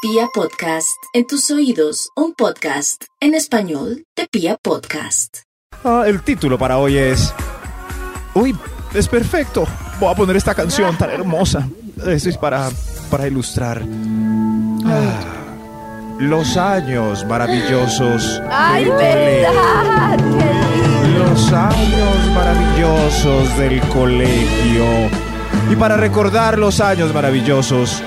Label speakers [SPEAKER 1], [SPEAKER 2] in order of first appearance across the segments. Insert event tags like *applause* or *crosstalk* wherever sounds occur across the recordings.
[SPEAKER 1] Pia Podcast, en tus oídos, un podcast en español de Pia Podcast.
[SPEAKER 2] Ah, el título para hoy es. Uy, es perfecto. Voy a poner esta canción tan hermosa. Esto es para, para ilustrar. Ah, los años maravillosos. de
[SPEAKER 3] ¡Ay,
[SPEAKER 2] colegio.
[SPEAKER 3] verdad! ¡Qué lindo!
[SPEAKER 2] Los años maravillosos del colegio. Y para recordar los años maravillosos, eh,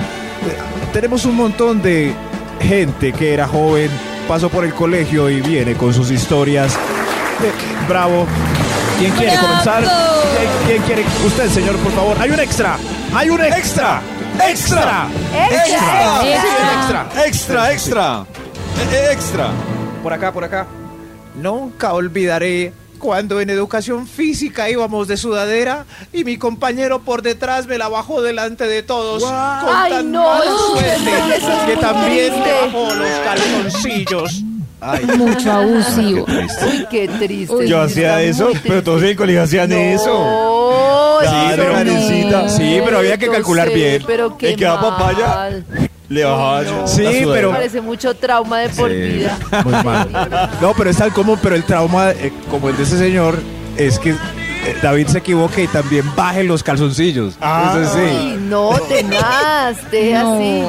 [SPEAKER 2] tenemos un montón de gente que era joven, pasó por el colegio y viene con sus historias. Eh, bravo. ¿Quién quiere
[SPEAKER 3] ¡Bravo!
[SPEAKER 2] comenzar? ¿Quién, quién quiere? Usted, señor, por favor. Hay un extra. Hay un extra. Extra.
[SPEAKER 3] ¡Extra!
[SPEAKER 2] Sí,
[SPEAKER 3] ¡Extra!
[SPEAKER 2] extra.
[SPEAKER 4] Extra, extra. E- extra.
[SPEAKER 2] Por acá, por acá. Nunca olvidaré cuando en educación física íbamos de sudadera y mi compañero por detrás me la bajó delante de todos con
[SPEAKER 3] Ay,
[SPEAKER 2] tan
[SPEAKER 3] no,
[SPEAKER 2] mala
[SPEAKER 3] no,
[SPEAKER 2] suerte
[SPEAKER 3] no, eso es
[SPEAKER 2] que
[SPEAKER 3] muy
[SPEAKER 2] también me
[SPEAKER 3] triste.
[SPEAKER 2] bajó los calzoncillos.
[SPEAKER 5] Mucho
[SPEAKER 2] Ah,
[SPEAKER 5] abusivo.
[SPEAKER 3] Uy, qué triste.
[SPEAKER 4] Ah. Yo hacía eso, pero todos en el colegio hacían eso.
[SPEAKER 3] Oh,
[SPEAKER 4] Claro, Karencita. Sí, pero había que calcular bien.
[SPEAKER 3] Pero qué
[SPEAKER 4] El que va
[SPEAKER 3] mal.
[SPEAKER 4] papaya, Le bajaba
[SPEAKER 3] Ay, no.
[SPEAKER 4] la
[SPEAKER 2] Sí,
[SPEAKER 4] sudadera.
[SPEAKER 2] pero-
[SPEAKER 3] Parece mucho trauma de por vida.
[SPEAKER 2] Muy mal. No, pero es tal como, pero el trauma eh, como el de ese señor es que eh, David se equivoque y también baje los calzoncillos.
[SPEAKER 4] Ah.
[SPEAKER 2] Eso sí.
[SPEAKER 3] Ay, no,
[SPEAKER 2] *laughs*
[SPEAKER 3] tenaz, te
[SPEAKER 5] No,
[SPEAKER 3] así.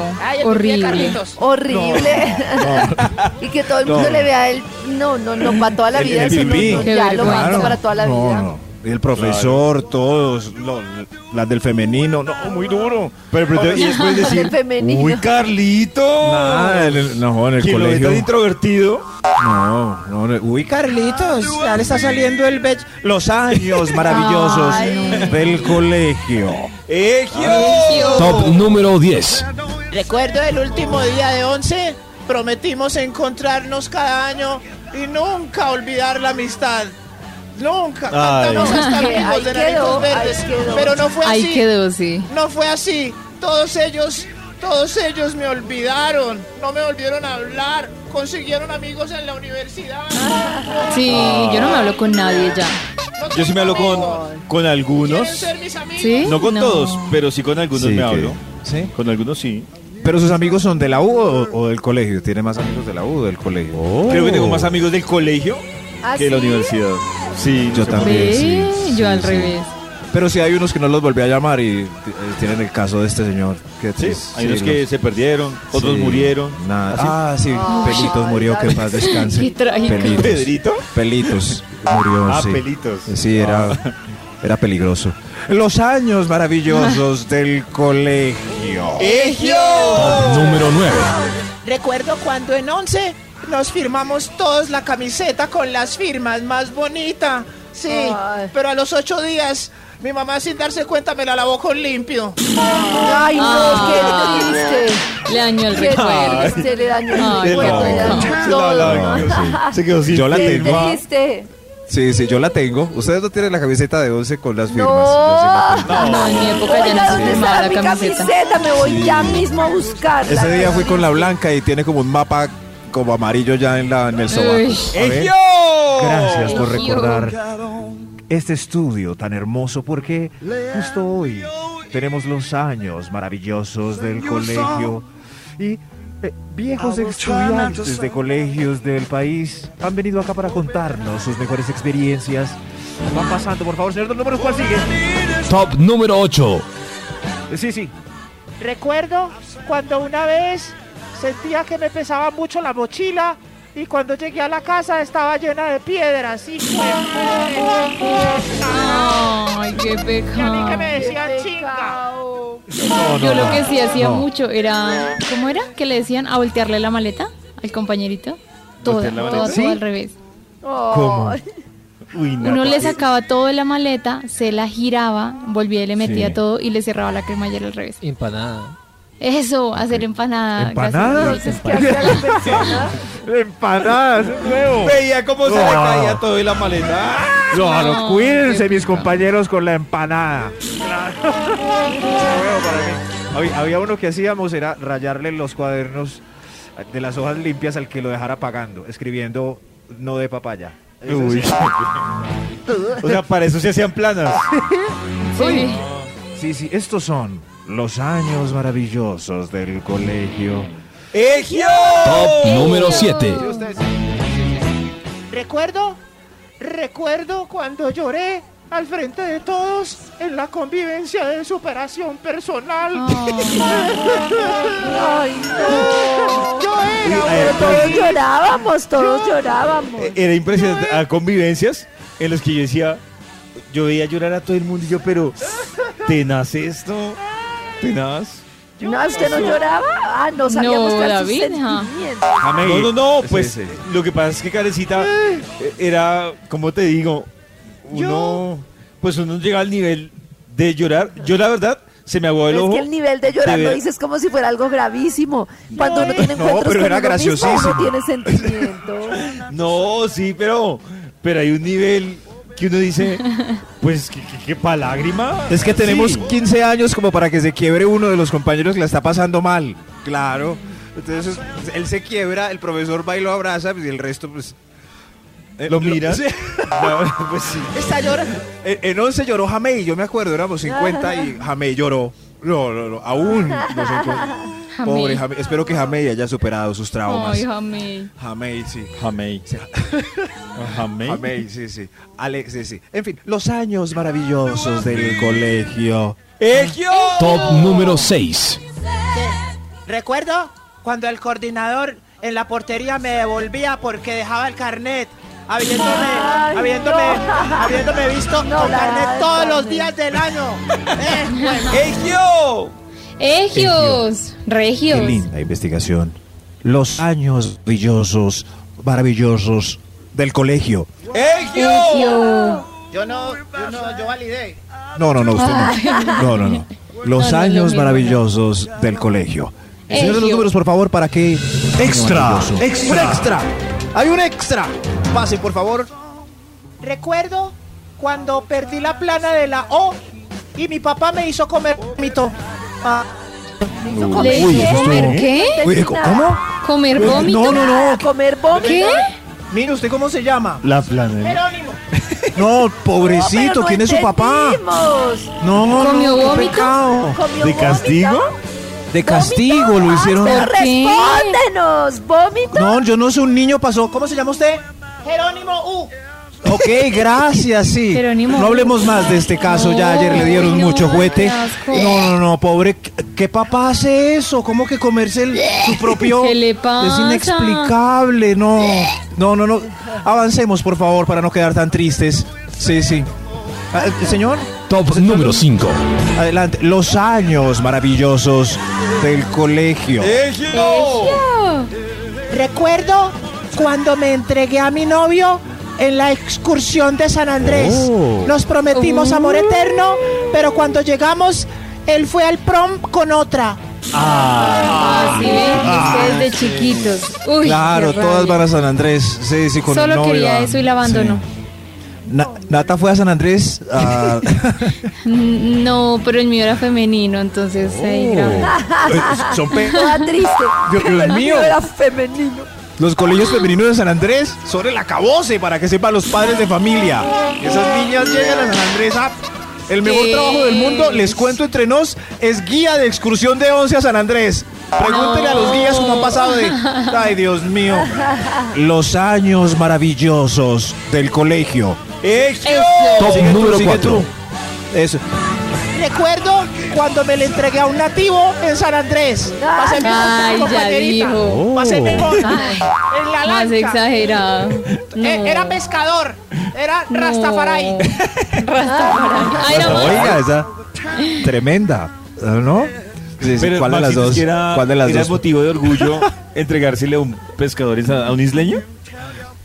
[SPEAKER 5] Oh, horrible.
[SPEAKER 3] Horrible. *laughs* y que todo el mundo
[SPEAKER 2] No.
[SPEAKER 3] le vea el. No, no, no, para toda la
[SPEAKER 2] El-
[SPEAKER 3] vida.
[SPEAKER 2] el
[SPEAKER 3] eso no,
[SPEAKER 2] pipí.
[SPEAKER 3] no,
[SPEAKER 5] Qué
[SPEAKER 3] ya lo
[SPEAKER 5] vergüenza.
[SPEAKER 3] mancho para toda la
[SPEAKER 2] No,
[SPEAKER 3] vida.
[SPEAKER 2] no. Y El profesor, todos, lo- las del femenino, no, muy duro.
[SPEAKER 4] Pero, pero, y después
[SPEAKER 3] El
[SPEAKER 4] decir,
[SPEAKER 3] femenino.
[SPEAKER 4] uy, Carlito.
[SPEAKER 2] Nada, en Ah, el- no, en el
[SPEAKER 4] Que lo ve
[SPEAKER 2] colegio.
[SPEAKER 4] tan introvertido.
[SPEAKER 2] No, no, no. Uy, Carlitos, ya le está saliendo el bech. Los años maravillosos
[SPEAKER 5] Ay,
[SPEAKER 2] del colegio.
[SPEAKER 4] ¡Egio!
[SPEAKER 6] Top número 10.
[SPEAKER 7] Recuerdo el último día de once, prometimos encontrarnos cada año y nunca olvidar la amistad. Nunca
[SPEAKER 4] Ay.
[SPEAKER 7] cantamos hasta
[SPEAKER 3] Ay, ahí
[SPEAKER 7] amigos de
[SPEAKER 3] quedó,
[SPEAKER 7] Naritos Verdes,
[SPEAKER 3] ahí quedó.
[SPEAKER 7] pero no fue
[SPEAKER 5] Ahí
[SPEAKER 3] Pues
[SPEAKER 7] así.
[SPEAKER 5] quedó, sí.
[SPEAKER 7] No fue así. Todos ellos, todos ellos me olvidaron. No me volvieron a hablar. Consiguieron amigos en la universidad.
[SPEAKER 5] Sí, yo no me hablo con nadie ya.
[SPEAKER 7] No
[SPEAKER 4] Yo sí me hablo
[SPEAKER 7] tengo
[SPEAKER 4] con,
[SPEAKER 7] amigos.
[SPEAKER 4] con
[SPEAKER 7] ¿Quieren
[SPEAKER 4] algunos.
[SPEAKER 7] ser mis amigos?
[SPEAKER 5] ¿Sí?
[SPEAKER 4] No con todos, pero sí con algunos
[SPEAKER 2] Sí,
[SPEAKER 4] me
[SPEAKER 2] que-
[SPEAKER 4] hablo.
[SPEAKER 2] ¿Sí?
[SPEAKER 4] Con algunos sí.
[SPEAKER 2] ¿Pero sus amigos son de la U o, o del colegio? ¿Tiene más amigos de la U o del colegio?
[SPEAKER 4] Creo que
[SPEAKER 2] Uh.
[SPEAKER 4] tengo más amigos del colegio
[SPEAKER 3] ¿Ah,
[SPEAKER 4] que de la
[SPEAKER 3] sí?
[SPEAKER 4] universidad. Sí,
[SPEAKER 2] Yo
[SPEAKER 4] no sé por qué.
[SPEAKER 2] también.
[SPEAKER 5] Ve,
[SPEAKER 2] sí, sí,
[SPEAKER 5] yo al
[SPEAKER 2] sí.
[SPEAKER 5] revés.
[SPEAKER 2] Pero sí hay unos que no los volví a llamar y eh, tienen el caso de este señor. Que
[SPEAKER 4] Sí,
[SPEAKER 2] es-
[SPEAKER 4] hay unos
[SPEAKER 2] sí,
[SPEAKER 4] que
[SPEAKER 2] los-
[SPEAKER 4] se perdieron, otros
[SPEAKER 2] sí,
[SPEAKER 4] murieron.
[SPEAKER 2] nada.
[SPEAKER 4] Así.
[SPEAKER 2] Ah, sí,
[SPEAKER 3] Ay,
[SPEAKER 2] Pelitos
[SPEAKER 3] ay,
[SPEAKER 2] murió, que
[SPEAKER 3] ay.
[SPEAKER 2] en paz descanse.
[SPEAKER 5] Qué trágico.
[SPEAKER 2] Pelitos.
[SPEAKER 4] ¿Pedrito?
[SPEAKER 2] Pelitos murió,
[SPEAKER 4] Ah,
[SPEAKER 2] sí.
[SPEAKER 4] pelitos. Ah.
[SPEAKER 2] Sí, era, era peligroso. Los años
[SPEAKER 7] *laughs*
[SPEAKER 2] maravillosos del colegio.
[SPEAKER 6] Número 9.
[SPEAKER 7] Recuerdo cuando en 11 nos firmamos todos la camiseta con las firmas más bonita. Sí,
[SPEAKER 3] Ay.
[SPEAKER 7] pero a los ocho días mi mamá sin darse cuenta me la lavó con limpio.
[SPEAKER 3] Ay,
[SPEAKER 5] Ah.
[SPEAKER 3] no, qué triste.
[SPEAKER 5] Le daño el
[SPEAKER 3] Qué
[SPEAKER 5] recuerdo.
[SPEAKER 3] triste, le dañó el
[SPEAKER 5] Ay,
[SPEAKER 3] recuerdo,
[SPEAKER 5] qué
[SPEAKER 3] le dañó
[SPEAKER 5] pecado.
[SPEAKER 3] todo.
[SPEAKER 2] la-
[SPEAKER 3] Ah. *laughs*
[SPEAKER 4] sí. Se quedó sin
[SPEAKER 2] Yo la
[SPEAKER 3] Qué
[SPEAKER 2] tengo.
[SPEAKER 3] triste.
[SPEAKER 2] Sí, sí, yo la tengo. Ustedes no tienen la camiseta de 11 con las firmas. Yo sí la
[SPEAKER 3] No.
[SPEAKER 2] tengo.
[SPEAKER 5] No, en mi época ya
[SPEAKER 3] Oiga,
[SPEAKER 5] no se
[SPEAKER 3] ¿dónde
[SPEAKER 5] firmaba
[SPEAKER 3] está
[SPEAKER 5] la
[SPEAKER 3] mi
[SPEAKER 5] camiseta.
[SPEAKER 3] camiseta? Me voy ya mismo a buscarla.
[SPEAKER 2] Ese día fui con la blanca y tiene como un mapa como amarillo ya en, la, en el sobaco.
[SPEAKER 5] Uy.
[SPEAKER 2] A ver. Gracias por
[SPEAKER 5] Egio.
[SPEAKER 2] recordar este estudio tan hermoso porque justo hoy tenemos los años maravillosos del colegio y eh, viejos estudiantes de colegios del país han venido acá para contarnos sus mejores experiencias. Van pasando, por favor, señor, los números, ¿cuál sigue?
[SPEAKER 6] Top número 8.
[SPEAKER 2] Eh, Sí, sí.
[SPEAKER 7] Recuerdo cuando una vez sentía que me pesaba mucho la mochila y cuando llegué a la casa estaba llena de piedras. Y,
[SPEAKER 5] Ay, qué
[SPEAKER 7] y a mí que me
[SPEAKER 5] pecado.
[SPEAKER 7] decían
[SPEAKER 3] Qué
[SPEAKER 7] chinga.
[SPEAKER 3] pecado.
[SPEAKER 5] Yo lo que sí hacía
[SPEAKER 2] No.
[SPEAKER 5] mucho era. ¿Cómo era? ¿Que le decían a voltearle la maleta al compañerito? Toda,
[SPEAKER 4] ¿Voltear la
[SPEAKER 5] toda,
[SPEAKER 4] maleta?
[SPEAKER 5] toda al revés.
[SPEAKER 2] ¿Cómo?
[SPEAKER 3] Ay,
[SPEAKER 4] Uy,
[SPEAKER 5] Uno
[SPEAKER 2] pues,
[SPEAKER 5] le sacaba todo de la maleta, se la giraba, volvía y le metía
[SPEAKER 2] Sí.
[SPEAKER 5] todo y le cerraba la cremallera al revés.
[SPEAKER 6] Empanada.
[SPEAKER 5] Eso, hacer empanada.
[SPEAKER 2] ¿Empanadas?
[SPEAKER 5] gracias.
[SPEAKER 3] ¿qué hacía la persona?
[SPEAKER 2] Empanadas, nuevo.
[SPEAKER 4] Veía cómo se
[SPEAKER 2] Ah.
[SPEAKER 4] le caía todo en la maleta.
[SPEAKER 5] No, qué pecado.
[SPEAKER 2] compañeros, con la empanada. había, había uno que hacíamos, era rayarle los cuadernos de las hojas limpias al que lo dejara pagando, escribiendo no de papaya.
[SPEAKER 4] Uy. O sea, para eso se hacían planas.
[SPEAKER 5] Sí.
[SPEAKER 2] Sí, sí, estos son los años maravillosos del colegio.
[SPEAKER 4] ¡Egio!
[SPEAKER 6] Top número 7.
[SPEAKER 7] Recuerdo, recuerdo cuando lloré al frente de todos en la convivencia de superación personal.
[SPEAKER 3] Ah. Ay, no.
[SPEAKER 7] Yo
[SPEAKER 3] Pero
[SPEAKER 7] era
[SPEAKER 4] Ay,
[SPEAKER 3] todos llorábamos, todos llorábamos.
[SPEAKER 4] Eh, Era impresionante. A convivencias en las que yo decía, yo veía llorar a todo el mundo y yo, pero tenaz esto, tenaz.
[SPEAKER 3] No, ¿usted no lloraba? Ah, no sabíamos
[SPEAKER 5] No,
[SPEAKER 3] cuál era su
[SPEAKER 5] David, ¿ah? ajá.
[SPEAKER 3] sentimiento.
[SPEAKER 4] No, no, no, pues
[SPEAKER 2] Sí, sí.
[SPEAKER 4] lo que pasa es que Carecita eh, era, como te digo, uno, pues uno llega al nivel de llorar. Yo la verdad, se me aguó el
[SPEAKER 3] Pero
[SPEAKER 4] ojo.
[SPEAKER 3] Es que el nivel de llorar
[SPEAKER 4] de
[SPEAKER 3] lo
[SPEAKER 4] ver-
[SPEAKER 3] dices como si fuera algo gravísimo. Cuando uno tiene
[SPEAKER 2] No,
[SPEAKER 3] encuentros
[SPEAKER 2] pero
[SPEAKER 3] con
[SPEAKER 2] era
[SPEAKER 3] uno mismo,
[SPEAKER 2] graciosísimo.
[SPEAKER 3] no tiene sentimiento.
[SPEAKER 4] No, sí, pero, pero hay un nivel que uno dice, pues que, que, que pa' lágrima.
[SPEAKER 2] Es que tenemos
[SPEAKER 4] Sí.
[SPEAKER 2] 15 años como para que se quiebre uno de los compañeros que la está pasando mal. Claro. Entonces pues, él se quiebra, el profesor va y lo abraza pues, y el resto pues... eh,
[SPEAKER 4] Lo miras.
[SPEAKER 2] sí.
[SPEAKER 4] *laughs* No, pues sí.
[SPEAKER 7] Está llorando.
[SPEAKER 2] En en 11 lloró Jamey, yo me acuerdo, éramos 50
[SPEAKER 7] *laughs*
[SPEAKER 2] y Jamey lloró. No, no, no, aún no sé cómo-
[SPEAKER 5] Jamey.
[SPEAKER 2] Pobre Jamey, espero que Jamey haya superado sus traumas.
[SPEAKER 5] Ay, Jamey.
[SPEAKER 2] Jamey, sí.
[SPEAKER 4] Jamey. *laughs*
[SPEAKER 2] Sí, ja-
[SPEAKER 4] Jamey.
[SPEAKER 2] Jamey, sí, sí. Alex, sí, sí. En fin, los años maravillosos del colegio.
[SPEAKER 4] ¡Egio!
[SPEAKER 6] Top número 6.
[SPEAKER 7] Recuerdo cuando el coordinador en la portería me devolvía porque dejaba el carnet. Habiéndome,
[SPEAKER 3] Ay,
[SPEAKER 7] habiéndome,
[SPEAKER 3] no.
[SPEAKER 7] habiéndome visto
[SPEAKER 3] No,
[SPEAKER 7] con
[SPEAKER 3] la-
[SPEAKER 7] carnet todos
[SPEAKER 3] carnet.
[SPEAKER 7] los días del año. Eh, bueno.
[SPEAKER 4] ¡Egio!
[SPEAKER 5] Egios. Regios.
[SPEAKER 2] Qué linda investigación. Los años brillosos, maravillosos del colegio.
[SPEAKER 4] ¡Egio!
[SPEAKER 7] Yo no, yo no, yo validé.
[SPEAKER 2] No, no, no, usted no.
[SPEAKER 5] *laughs*
[SPEAKER 2] No, no, no. Los
[SPEAKER 5] No, Eh, no, lo
[SPEAKER 2] años
[SPEAKER 5] mismo,
[SPEAKER 2] maravillosos del colegio. El señor de los
[SPEAKER 5] Egio.
[SPEAKER 2] números, por favor, para que.
[SPEAKER 6] Extra,
[SPEAKER 2] Maravilloso.
[SPEAKER 6] extra.
[SPEAKER 2] ¡Un extra! ¡Hay un extra! Pase, por favor.
[SPEAKER 7] Recuerdo cuando perdí la plana de la O y mi papá me hizo comer vómito. Ah,
[SPEAKER 5] ¿Le
[SPEAKER 2] Uy,
[SPEAKER 5] hizo
[SPEAKER 2] eso
[SPEAKER 5] comer
[SPEAKER 2] estuvo-
[SPEAKER 5] qué?
[SPEAKER 2] Uy, ¿Cómo?
[SPEAKER 5] ¿Comer
[SPEAKER 2] Uy,
[SPEAKER 5] vómito?
[SPEAKER 2] No, no, no.
[SPEAKER 3] Comer vómito.
[SPEAKER 5] ¿Qué?
[SPEAKER 2] Mire usted cómo se llama.
[SPEAKER 4] La planela.
[SPEAKER 7] Jerónimo.
[SPEAKER 2] No,
[SPEAKER 3] No,
[SPEAKER 2] pobrecito,
[SPEAKER 3] pero no
[SPEAKER 2] ¿quién es su papá?
[SPEAKER 3] entendimos.
[SPEAKER 2] No, no,
[SPEAKER 5] ¿Comió
[SPEAKER 2] qué
[SPEAKER 5] vómito?
[SPEAKER 2] pecado.
[SPEAKER 3] ¿Comió
[SPEAKER 4] ¿De
[SPEAKER 3] vómito?
[SPEAKER 4] castigo?
[SPEAKER 2] De castigo lo
[SPEAKER 3] ¿Vómito?
[SPEAKER 2] hicieron.
[SPEAKER 3] Pero
[SPEAKER 5] ¿Por qué?
[SPEAKER 3] respóndenos, vómito.
[SPEAKER 2] No, yo no soy un niño, pasó. ¿Cómo se llama usted?
[SPEAKER 7] Jerónimo U.
[SPEAKER 2] Ok, gracias, sí.
[SPEAKER 5] Jerónimo.
[SPEAKER 2] No hablemos más de este caso, ya
[SPEAKER 5] No,
[SPEAKER 2] ayer le dieron
[SPEAKER 5] no,
[SPEAKER 2] mucho
[SPEAKER 5] qué
[SPEAKER 2] juguete.
[SPEAKER 5] asco.
[SPEAKER 2] No, no, no, pobre. ¿qué- ¿Qué papá hace eso? ¿Cómo que comerse el-
[SPEAKER 5] *laughs*
[SPEAKER 2] su propio...
[SPEAKER 5] ¿Qué le
[SPEAKER 2] Es
[SPEAKER 5] pasa?
[SPEAKER 2] inexplicable, no. No, no, no. Avancemos, por favor, para no quedar tan tristes. Sí, sí. Ah, eh, Señor,
[SPEAKER 6] Top número 5.
[SPEAKER 2] adelante. Los años maravillosos del colegio.
[SPEAKER 4] ¡Egio!
[SPEAKER 7] Recuerdo cuando me entregué a mi novio en la excursión de San Andrés.
[SPEAKER 2] Oh.
[SPEAKER 7] Nos prometimos
[SPEAKER 5] Oh.
[SPEAKER 7] amor eterno, pero cuando llegamos, él fue al prom con otra.
[SPEAKER 5] Ah, sí, ven, ustedes de chiquitos. Uy,
[SPEAKER 2] Claro,
[SPEAKER 5] qué
[SPEAKER 2] todas
[SPEAKER 5] rabia.
[SPEAKER 2] van a San Andrés. Sí, sí, con el
[SPEAKER 5] Solo
[SPEAKER 2] novio,
[SPEAKER 5] quería
[SPEAKER 2] ah,
[SPEAKER 5] eso y la abandonó.
[SPEAKER 2] sí. Na- Nata fue a San Andrés. *laughs* ah,
[SPEAKER 5] N- No, pero el mío era femenino, entonces ahí
[SPEAKER 2] Oh. *laughs*
[SPEAKER 5] grave.
[SPEAKER 2] Son pe-
[SPEAKER 3] Toda triste.
[SPEAKER 2] Dios
[SPEAKER 3] El
[SPEAKER 2] mío.
[SPEAKER 3] era femenino.
[SPEAKER 2] Los colegios femeninos de San Andrés son el acabose para que sepan los padres de familia. Esas niñas llegan a San Andrés ah, El mejor
[SPEAKER 5] ¿Qué?
[SPEAKER 2] trabajo del mundo, les cuento entre nos, es guía de excursión de 11 a San Andrés. Pregúntenle a los guías cómo han pasado de... Ay, Dios mío. Los años maravillosos del colegio.
[SPEAKER 4] ¡Egio!
[SPEAKER 6] Top
[SPEAKER 2] Sigue tú,
[SPEAKER 6] número
[SPEAKER 2] sigue
[SPEAKER 6] 4.
[SPEAKER 2] tú. Eso.
[SPEAKER 7] Recuerdo cuando me le entregué a un nativo en San Andrés. Va a ser mi
[SPEAKER 5] Ay, ya
[SPEAKER 7] compañerita.
[SPEAKER 2] Oh.
[SPEAKER 5] dijo. Oh.
[SPEAKER 7] Va a ser mi compa.
[SPEAKER 5] Ay,
[SPEAKER 7] en la
[SPEAKER 5] más
[SPEAKER 7] lancha.
[SPEAKER 5] exagerado. No.
[SPEAKER 7] Eh, era pescador. Era
[SPEAKER 5] No.
[SPEAKER 7] Rastafari.
[SPEAKER 5] Rastafari. Ah, era más.
[SPEAKER 2] Oiga, esa tremenda, ¿no? Sí, sí,
[SPEAKER 4] Pero,
[SPEAKER 2] ¿Cuál de las
[SPEAKER 4] Maxito,
[SPEAKER 2] dos?
[SPEAKER 4] ¿sí era-
[SPEAKER 2] ¿Cuál de las
[SPEAKER 4] ¿Era
[SPEAKER 2] dos?
[SPEAKER 4] motivo de *laughs* orgullo entregársele a un pescador en San- a un isleño?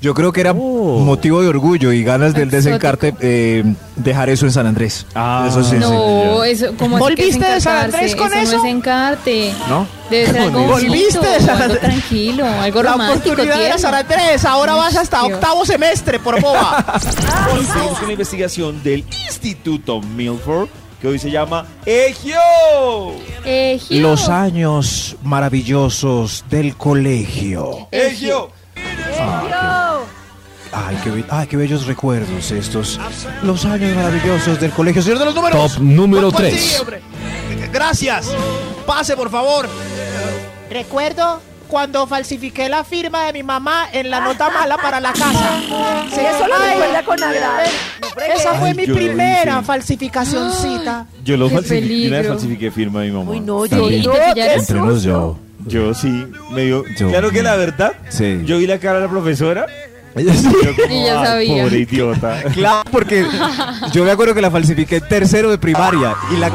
[SPEAKER 2] Yo creo que era motivo de orgullo y ganas del
[SPEAKER 5] Exótico.
[SPEAKER 2] desencarte eh, dejar eso en San Andrés.
[SPEAKER 4] Ah.
[SPEAKER 2] eso sí, sí.
[SPEAKER 5] No, eso, ¿cómo así que es
[SPEAKER 7] ¿Volviste de San
[SPEAKER 5] encartarse?
[SPEAKER 7] Andrés con
[SPEAKER 5] no
[SPEAKER 7] eso?
[SPEAKER 5] es encarte.
[SPEAKER 2] ¿No?
[SPEAKER 5] Debe ser algo
[SPEAKER 2] Bonito.
[SPEAKER 5] bonito,
[SPEAKER 7] ¿Volviste de San
[SPEAKER 5] algo
[SPEAKER 7] Andrés?
[SPEAKER 5] tranquilo, algo
[SPEAKER 7] La
[SPEAKER 5] romántico,
[SPEAKER 7] oportunidad era San
[SPEAKER 5] tierno.
[SPEAKER 7] Andrés. Ahora vas hasta
[SPEAKER 5] Dios.
[SPEAKER 7] octavo semestre, por boba.
[SPEAKER 4] Continuamos con la investigación del Instituto Milford, que hoy se llama Egio.
[SPEAKER 5] Eh, Gio.
[SPEAKER 2] Los años maravillosos del colegio.
[SPEAKER 4] Egio.
[SPEAKER 2] Ay qué, be- ay, qué bellos recuerdos estos. Los años maravillosos del colegio. Señor de los números.
[SPEAKER 6] Top número
[SPEAKER 2] ¿Cuál sigue,
[SPEAKER 6] 3.
[SPEAKER 2] hombre? Gracias. Pase, por favor.
[SPEAKER 7] Recuerdo cuando falsifiqué la firma de mi mamá en la nota mala para la casa. Sí,
[SPEAKER 3] Eso lo
[SPEAKER 7] ay,
[SPEAKER 3] recuerda con agrado.
[SPEAKER 7] Esa fue
[SPEAKER 4] Ay,
[SPEAKER 7] mi
[SPEAKER 4] yo lo
[SPEAKER 7] primera
[SPEAKER 4] hice.
[SPEAKER 7] falsificacioncita.
[SPEAKER 4] Yo lo
[SPEAKER 5] Qué
[SPEAKER 4] falsifiqué, yo una vez
[SPEAKER 5] peligro.
[SPEAKER 4] falsifiqué firma de mi mamá.
[SPEAKER 3] Uy, no, yo
[SPEAKER 8] También.
[SPEAKER 3] no.
[SPEAKER 5] ¿Te
[SPEAKER 3] qué
[SPEAKER 5] pillaron?
[SPEAKER 8] Entre nos
[SPEAKER 3] susto.
[SPEAKER 8] yo.
[SPEAKER 4] Yo sí, me dio.
[SPEAKER 9] Yo-
[SPEAKER 4] Claro que la verdad,
[SPEAKER 9] Sí.
[SPEAKER 4] yo vi la cara de la profesora.
[SPEAKER 2] *laughs*
[SPEAKER 4] Yo como,
[SPEAKER 5] *laughs* Y ya
[SPEAKER 4] "Ay,
[SPEAKER 5] sabía".
[SPEAKER 4] Pobre *laughs* idiota.
[SPEAKER 2] Claro, porque yo me acuerdo que la falsifiqué en tercero de primaria y la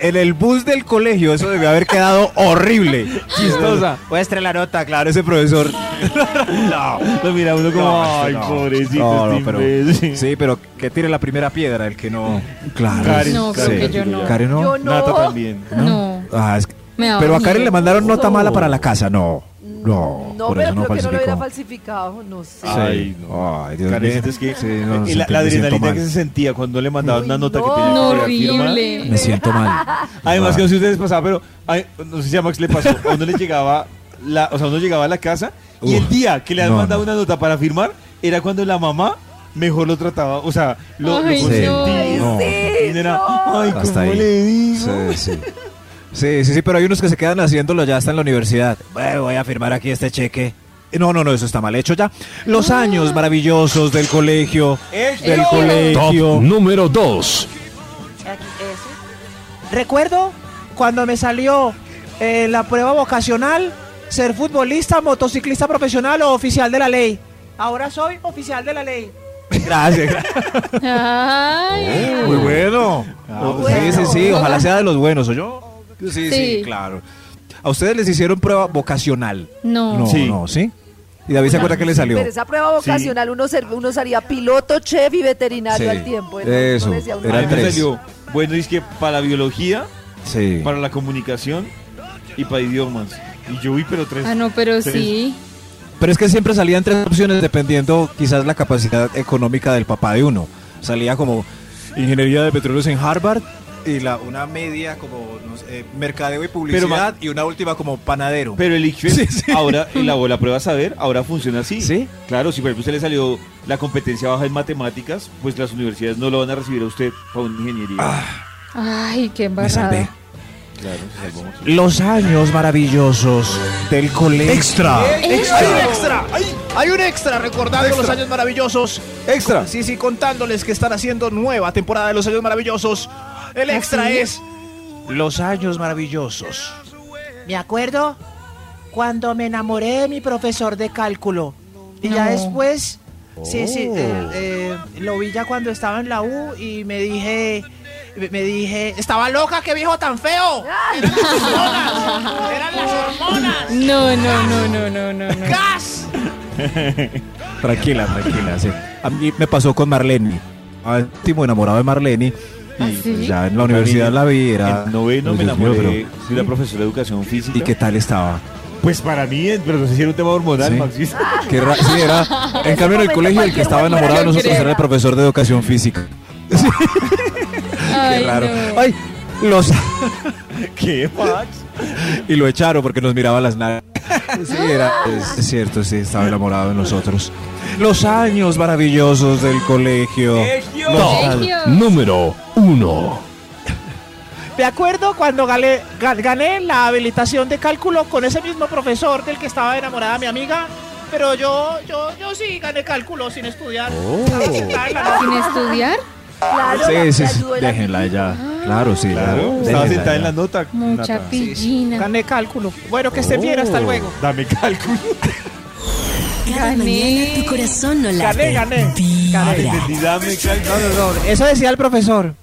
[SPEAKER 2] en el bus del colegio eso debió haber quedado horrible, chistosa. Muestre la nota, claro, ese profesor.
[SPEAKER 4] Lo mira uno como,
[SPEAKER 2] No,
[SPEAKER 4] ay,
[SPEAKER 2] no.
[SPEAKER 4] pobrecito,
[SPEAKER 2] No, no,
[SPEAKER 4] este
[SPEAKER 2] pero-
[SPEAKER 4] imbécil".
[SPEAKER 2] sí, pero que tire la primera piedra el que no.
[SPEAKER 9] Claro.
[SPEAKER 4] Karen,
[SPEAKER 5] No, creo
[SPEAKER 4] Karen,
[SPEAKER 5] que yo no.
[SPEAKER 2] Karen no.
[SPEAKER 3] Yo no.
[SPEAKER 4] Nata también.
[SPEAKER 5] No.
[SPEAKER 2] Ah, es que-
[SPEAKER 5] Me da
[SPEAKER 2] pero a Karen
[SPEAKER 5] miedo.
[SPEAKER 2] le mandaron nota mala para la casa, no. No,
[SPEAKER 3] No,
[SPEAKER 2] por
[SPEAKER 3] pero
[SPEAKER 2] eso
[SPEAKER 3] creo
[SPEAKER 2] no Ah,
[SPEAKER 3] que no lo hubiera
[SPEAKER 2] falsificó.
[SPEAKER 3] falsificado, no sé.
[SPEAKER 4] Ay,
[SPEAKER 2] Sí.
[SPEAKER 4] no.
[SPEAKER 2] Ay, Dios
[SPEAKER 4] Karen,
[SPEAKER 2] mío.
[SPEAKER 4] es que
[SPEAKER 2] Sí, no,
[SPEAKER 4] eh,
[SPEAKER 2] siento-
[SPEAKER 4] la, la
[SPEAKER 2] me siento
[SPEAKER 4] adrenalina
[SPEAKER 2] mal.
[SPEAKER 4] que se sentía cuando le mandaban una nota que
[SPEAKER 3] no.
[SPEAKER 4] tenía
[SPEAKER 5] No,
[SPEAKER 4] que firmar.
[SPEAKER 5] horrible.
[SPEAKER 2] Me siento mal. Ah.
[SPEAKER 4] Además, que no sé si ustedes pasaban, pero ay, no sé si a Max le pasó. A uno le llegaba, la, o sea, uno llegaba a la casa y
[SPEAKER 2] Uf,
[SPEAKER 4] el día que le habían
[SPEAKER 2] no,
[SPEAKER 4] mandado
[SPEAKER 2] no.
[SPEAKER 4] una nota para firmar era cuando la mamá mejor lo trataba. O sea, lo, lo
[SPEAKER 5] Ay, no.
[SPEAKER 4] consentía.
[SPEAKER 5] Ay,
[SPEAKER 2] No.
[SPEAKER 4] Y era, ay, ¿cómo
[SPEAKER 2] Hasta ahí.
[SPEAKER 4] le digo?
[SPEAKER 2] Sí, sí. Sí, sí, sí, pero hay unos que se quedan haciéndolo ya hasta en la universidad. Bueno, voy a firmar aquí este cheque. No, no, no, eso está mal hecho ya. Los años maravillosos del colegio. Del
[SPEAKER 8] Top
[SPEAKER 2] colegio.
[SPEAKER 8] número 2.
[SPEAKER 7] Recuerdo cuando me salió eh, la prueba vocacional, ser futbolista, motociclista profesional o oficial de la ley. Ahora soy oficial de la ley.
[SPEAKER 2] Gracias.
[SPEAKER 5] Ay.
[SPEAKER 2] Oh, Muy bueno. Sí, sí, sí, ojalá sea de los buenos, ¿o yo? Sí, sí,
[SPEAKER 5] Sí.
[SPEAKER 2] claro. ¿A ustedes les hicieron prueba vocacional?
[SPEAKER 5] No.
[SPEAKER 2] No,
[SPEAKER 4] Sí.
[SPEAKER 2] no, ¿sí? ¿Y David se acuerda que le salió?
[SPEAKER 3] Pero esa prueba vocacional uno, ser, uno sería piloto, chef y veterinario
[SPEAKER 2] Sí,
[SPEAKER 3] al tiempo.
[SPEAKER 2] eso,
[SPEAKER 3] decía uno
[SPEAKER 2] era
[SPEAKER 4] A mí
[SPEAKER 3] nada.
[SPEAKER 4] me
[SPEAKER 2] tres.
[SPEAKER 4] salió, bueno, es que para biología,
[SPEAKER 2] Sí.
[SPEAKER 4] para la comunicación y para idiomas. Y yo vi, pero tres.
[SPEAKER 5] Ah, no, pero
[SPEAKER 4] Tres.
[SPEAKER 5] sí.
[SPEAKER 2] Pero es que siempre salían tres opciones dependiendo quizás la capacidad económica del papá de uno. Salía como ingeniería de petróleos en Harvard y la una media como no sé, eh, mercadeo y publicidad y una última como panadero.
[SPEAKER 4] Pero el ICFES
[SPEAKER 2] Sí, sí.
[SPEAKER 4] ahora
[SPEAKER 5] *laughs*
[SPEAKER 4] elabora la prueba saber, ahora funciona así.
[SPEAKER 2] ¿Sí?
[SPEAKER 4] Claro, si por ejemplo usted le salió la competencia baja en matemáticas, pues las universidades no lo van a recibir a usted para una ingeniería.
[SPEAKER 2] Ah.
[SPEAKER 5] Ay, qué
[SPEAKER 2] Me salvé.
[SPEAKER 5] embarrada.
[SPEAKER 4] Claro, se salvó.
[SPEAKER 2] Los años maravillosos del colegio.
[SPEAKER 8] Extra.
[SPEAKER 7] Hay un extra, hay, hay un extra recordando los años maravillosos.
[SPEAKER 4] Extra.
[SPEAKER 7] Sí, sí, contándoles que están haciendo nueva temporada de los años maravillosos. El extra es
[SPEAKER 2] Los años maravillosos.
[SPEAKER 7] Me acuerdo cuando me enamoré de mi profesor de cálculo. Y
[SPEAKER 5] No.
[SPEAKER 7] ya después, sí, sí, eh, eh, lo vi ya cuando estaba en la U y me dije, me- me dije, estaba loca, qué viejo tan feo. Eran las hormonas, eran las hormonas.
[SPEAKER 5] No, no, no, no, no, no. no.
[SPEAKER 7] ¡Gas!
[SPEAKER 2] Tranquila, tranquila, sí. A mí me pasó con Marlene. Ah, Último enamorado de Marlene. Y
[SPEAKER 5] ¿Ah, sí?
[SPEAKER 2] pues ya en la universidad la vi. Era,
[SPEAKER 4] En noveno me
[SPEAKER 2] Dios mío,
[SPEAKER 4] enamoré
[SPEAKER 2] pero-
[SPEAKER 4] de una profesora de educación física.
[SPEAKER 2] ¿Y qué tal estaba?
[SPEAKER 4] Pues para mí, eh, pero no sé si era un tema hormonal,
[SPEAKER 2] Sí.
[SPEAKER 4] Max. ¿viste?
[SPEAKER 2] Que ra- sí, era.
[SPEAKER 5] *laughs*
[SPEAKER 2] En cambio, en el colegio, el que
[SPEAKER 3] momento cualquier
[SPEAKER 2] estaba
[SPEAKER 3] huevón
[SPEAKER 2] enamorado de
[SPEAKER 5] era
[SPEAKER 2] nosotros
[SPEAKER 5] grega.
[SPEAKER 2] era el profesor de educación física.
[SPEAKER 5] Ay,
[SPEAKER 2] *laughs* Qué raro.
[SPEAKER 5] no.
[SPEAKER 2] Ay, los.
[SPEAKER 4] *laughs*
[SPEAKER 2] *laughs*
[SPEAKER 4] ¿Qué, Max?
[SPEAKER 2] y lo echaron porque nos miraba las
[SPEAKER 5] *laughs*
[SPEAKER 2] nalgas. Sí, era. Es cierto, sí, estaba enamorado de nosotros. Los años maravillosos del colegio.
[SPEAKER 8] Top número 1.
[SPEAKER 7] Me acuerdo cuando galé- ga- gané la habilitación de cálculo con ese mismo profesor del que estaba enamorada mi amiga. Pero yo, yo, yo sí gané cálculo sin estudiar.
[SPEAKER 5] ¿Sin estudiar?
[SPEAKER 3] Claro, la que
[SPEAKER 2] Sí, sí, sí,
[SPEAKER 3] ayudó en la-
[SPEAKER 2] déjenla ya. Claro, sí.
[SPEAKER 4] Claro,
[SPEAKER 2] ya,
[SPEAKER 4] estaba
[SPEAKER 2] déjenla
[SPEAKER 4] sentada en
[SPEAKER 2] ya.
[SPEAKER 4] la nota.
[SPEAKER 5] Mucha
[SPEAKER 4] Nata.
[SPEAKER 5] pillina.
[SPEAKER 7] Gané cálculo. Bueno, que estén bien, hasta luego.
[SPEAKER 4] Dame cálculo.
[SPEAKER 10] Cada
[SPEAKER 5] Gané.
[SPEAKER 10] mañana tu corazón no
[SPEAKER 7] Gané,
[SPEAKER 10] late.
[SPEAKER 7] gané.
[SPEAKER 10] Vibra.
[SPEAKER 4] Entendí, dame cálculo.
[SPEAKER 7] Eso decía el profesor.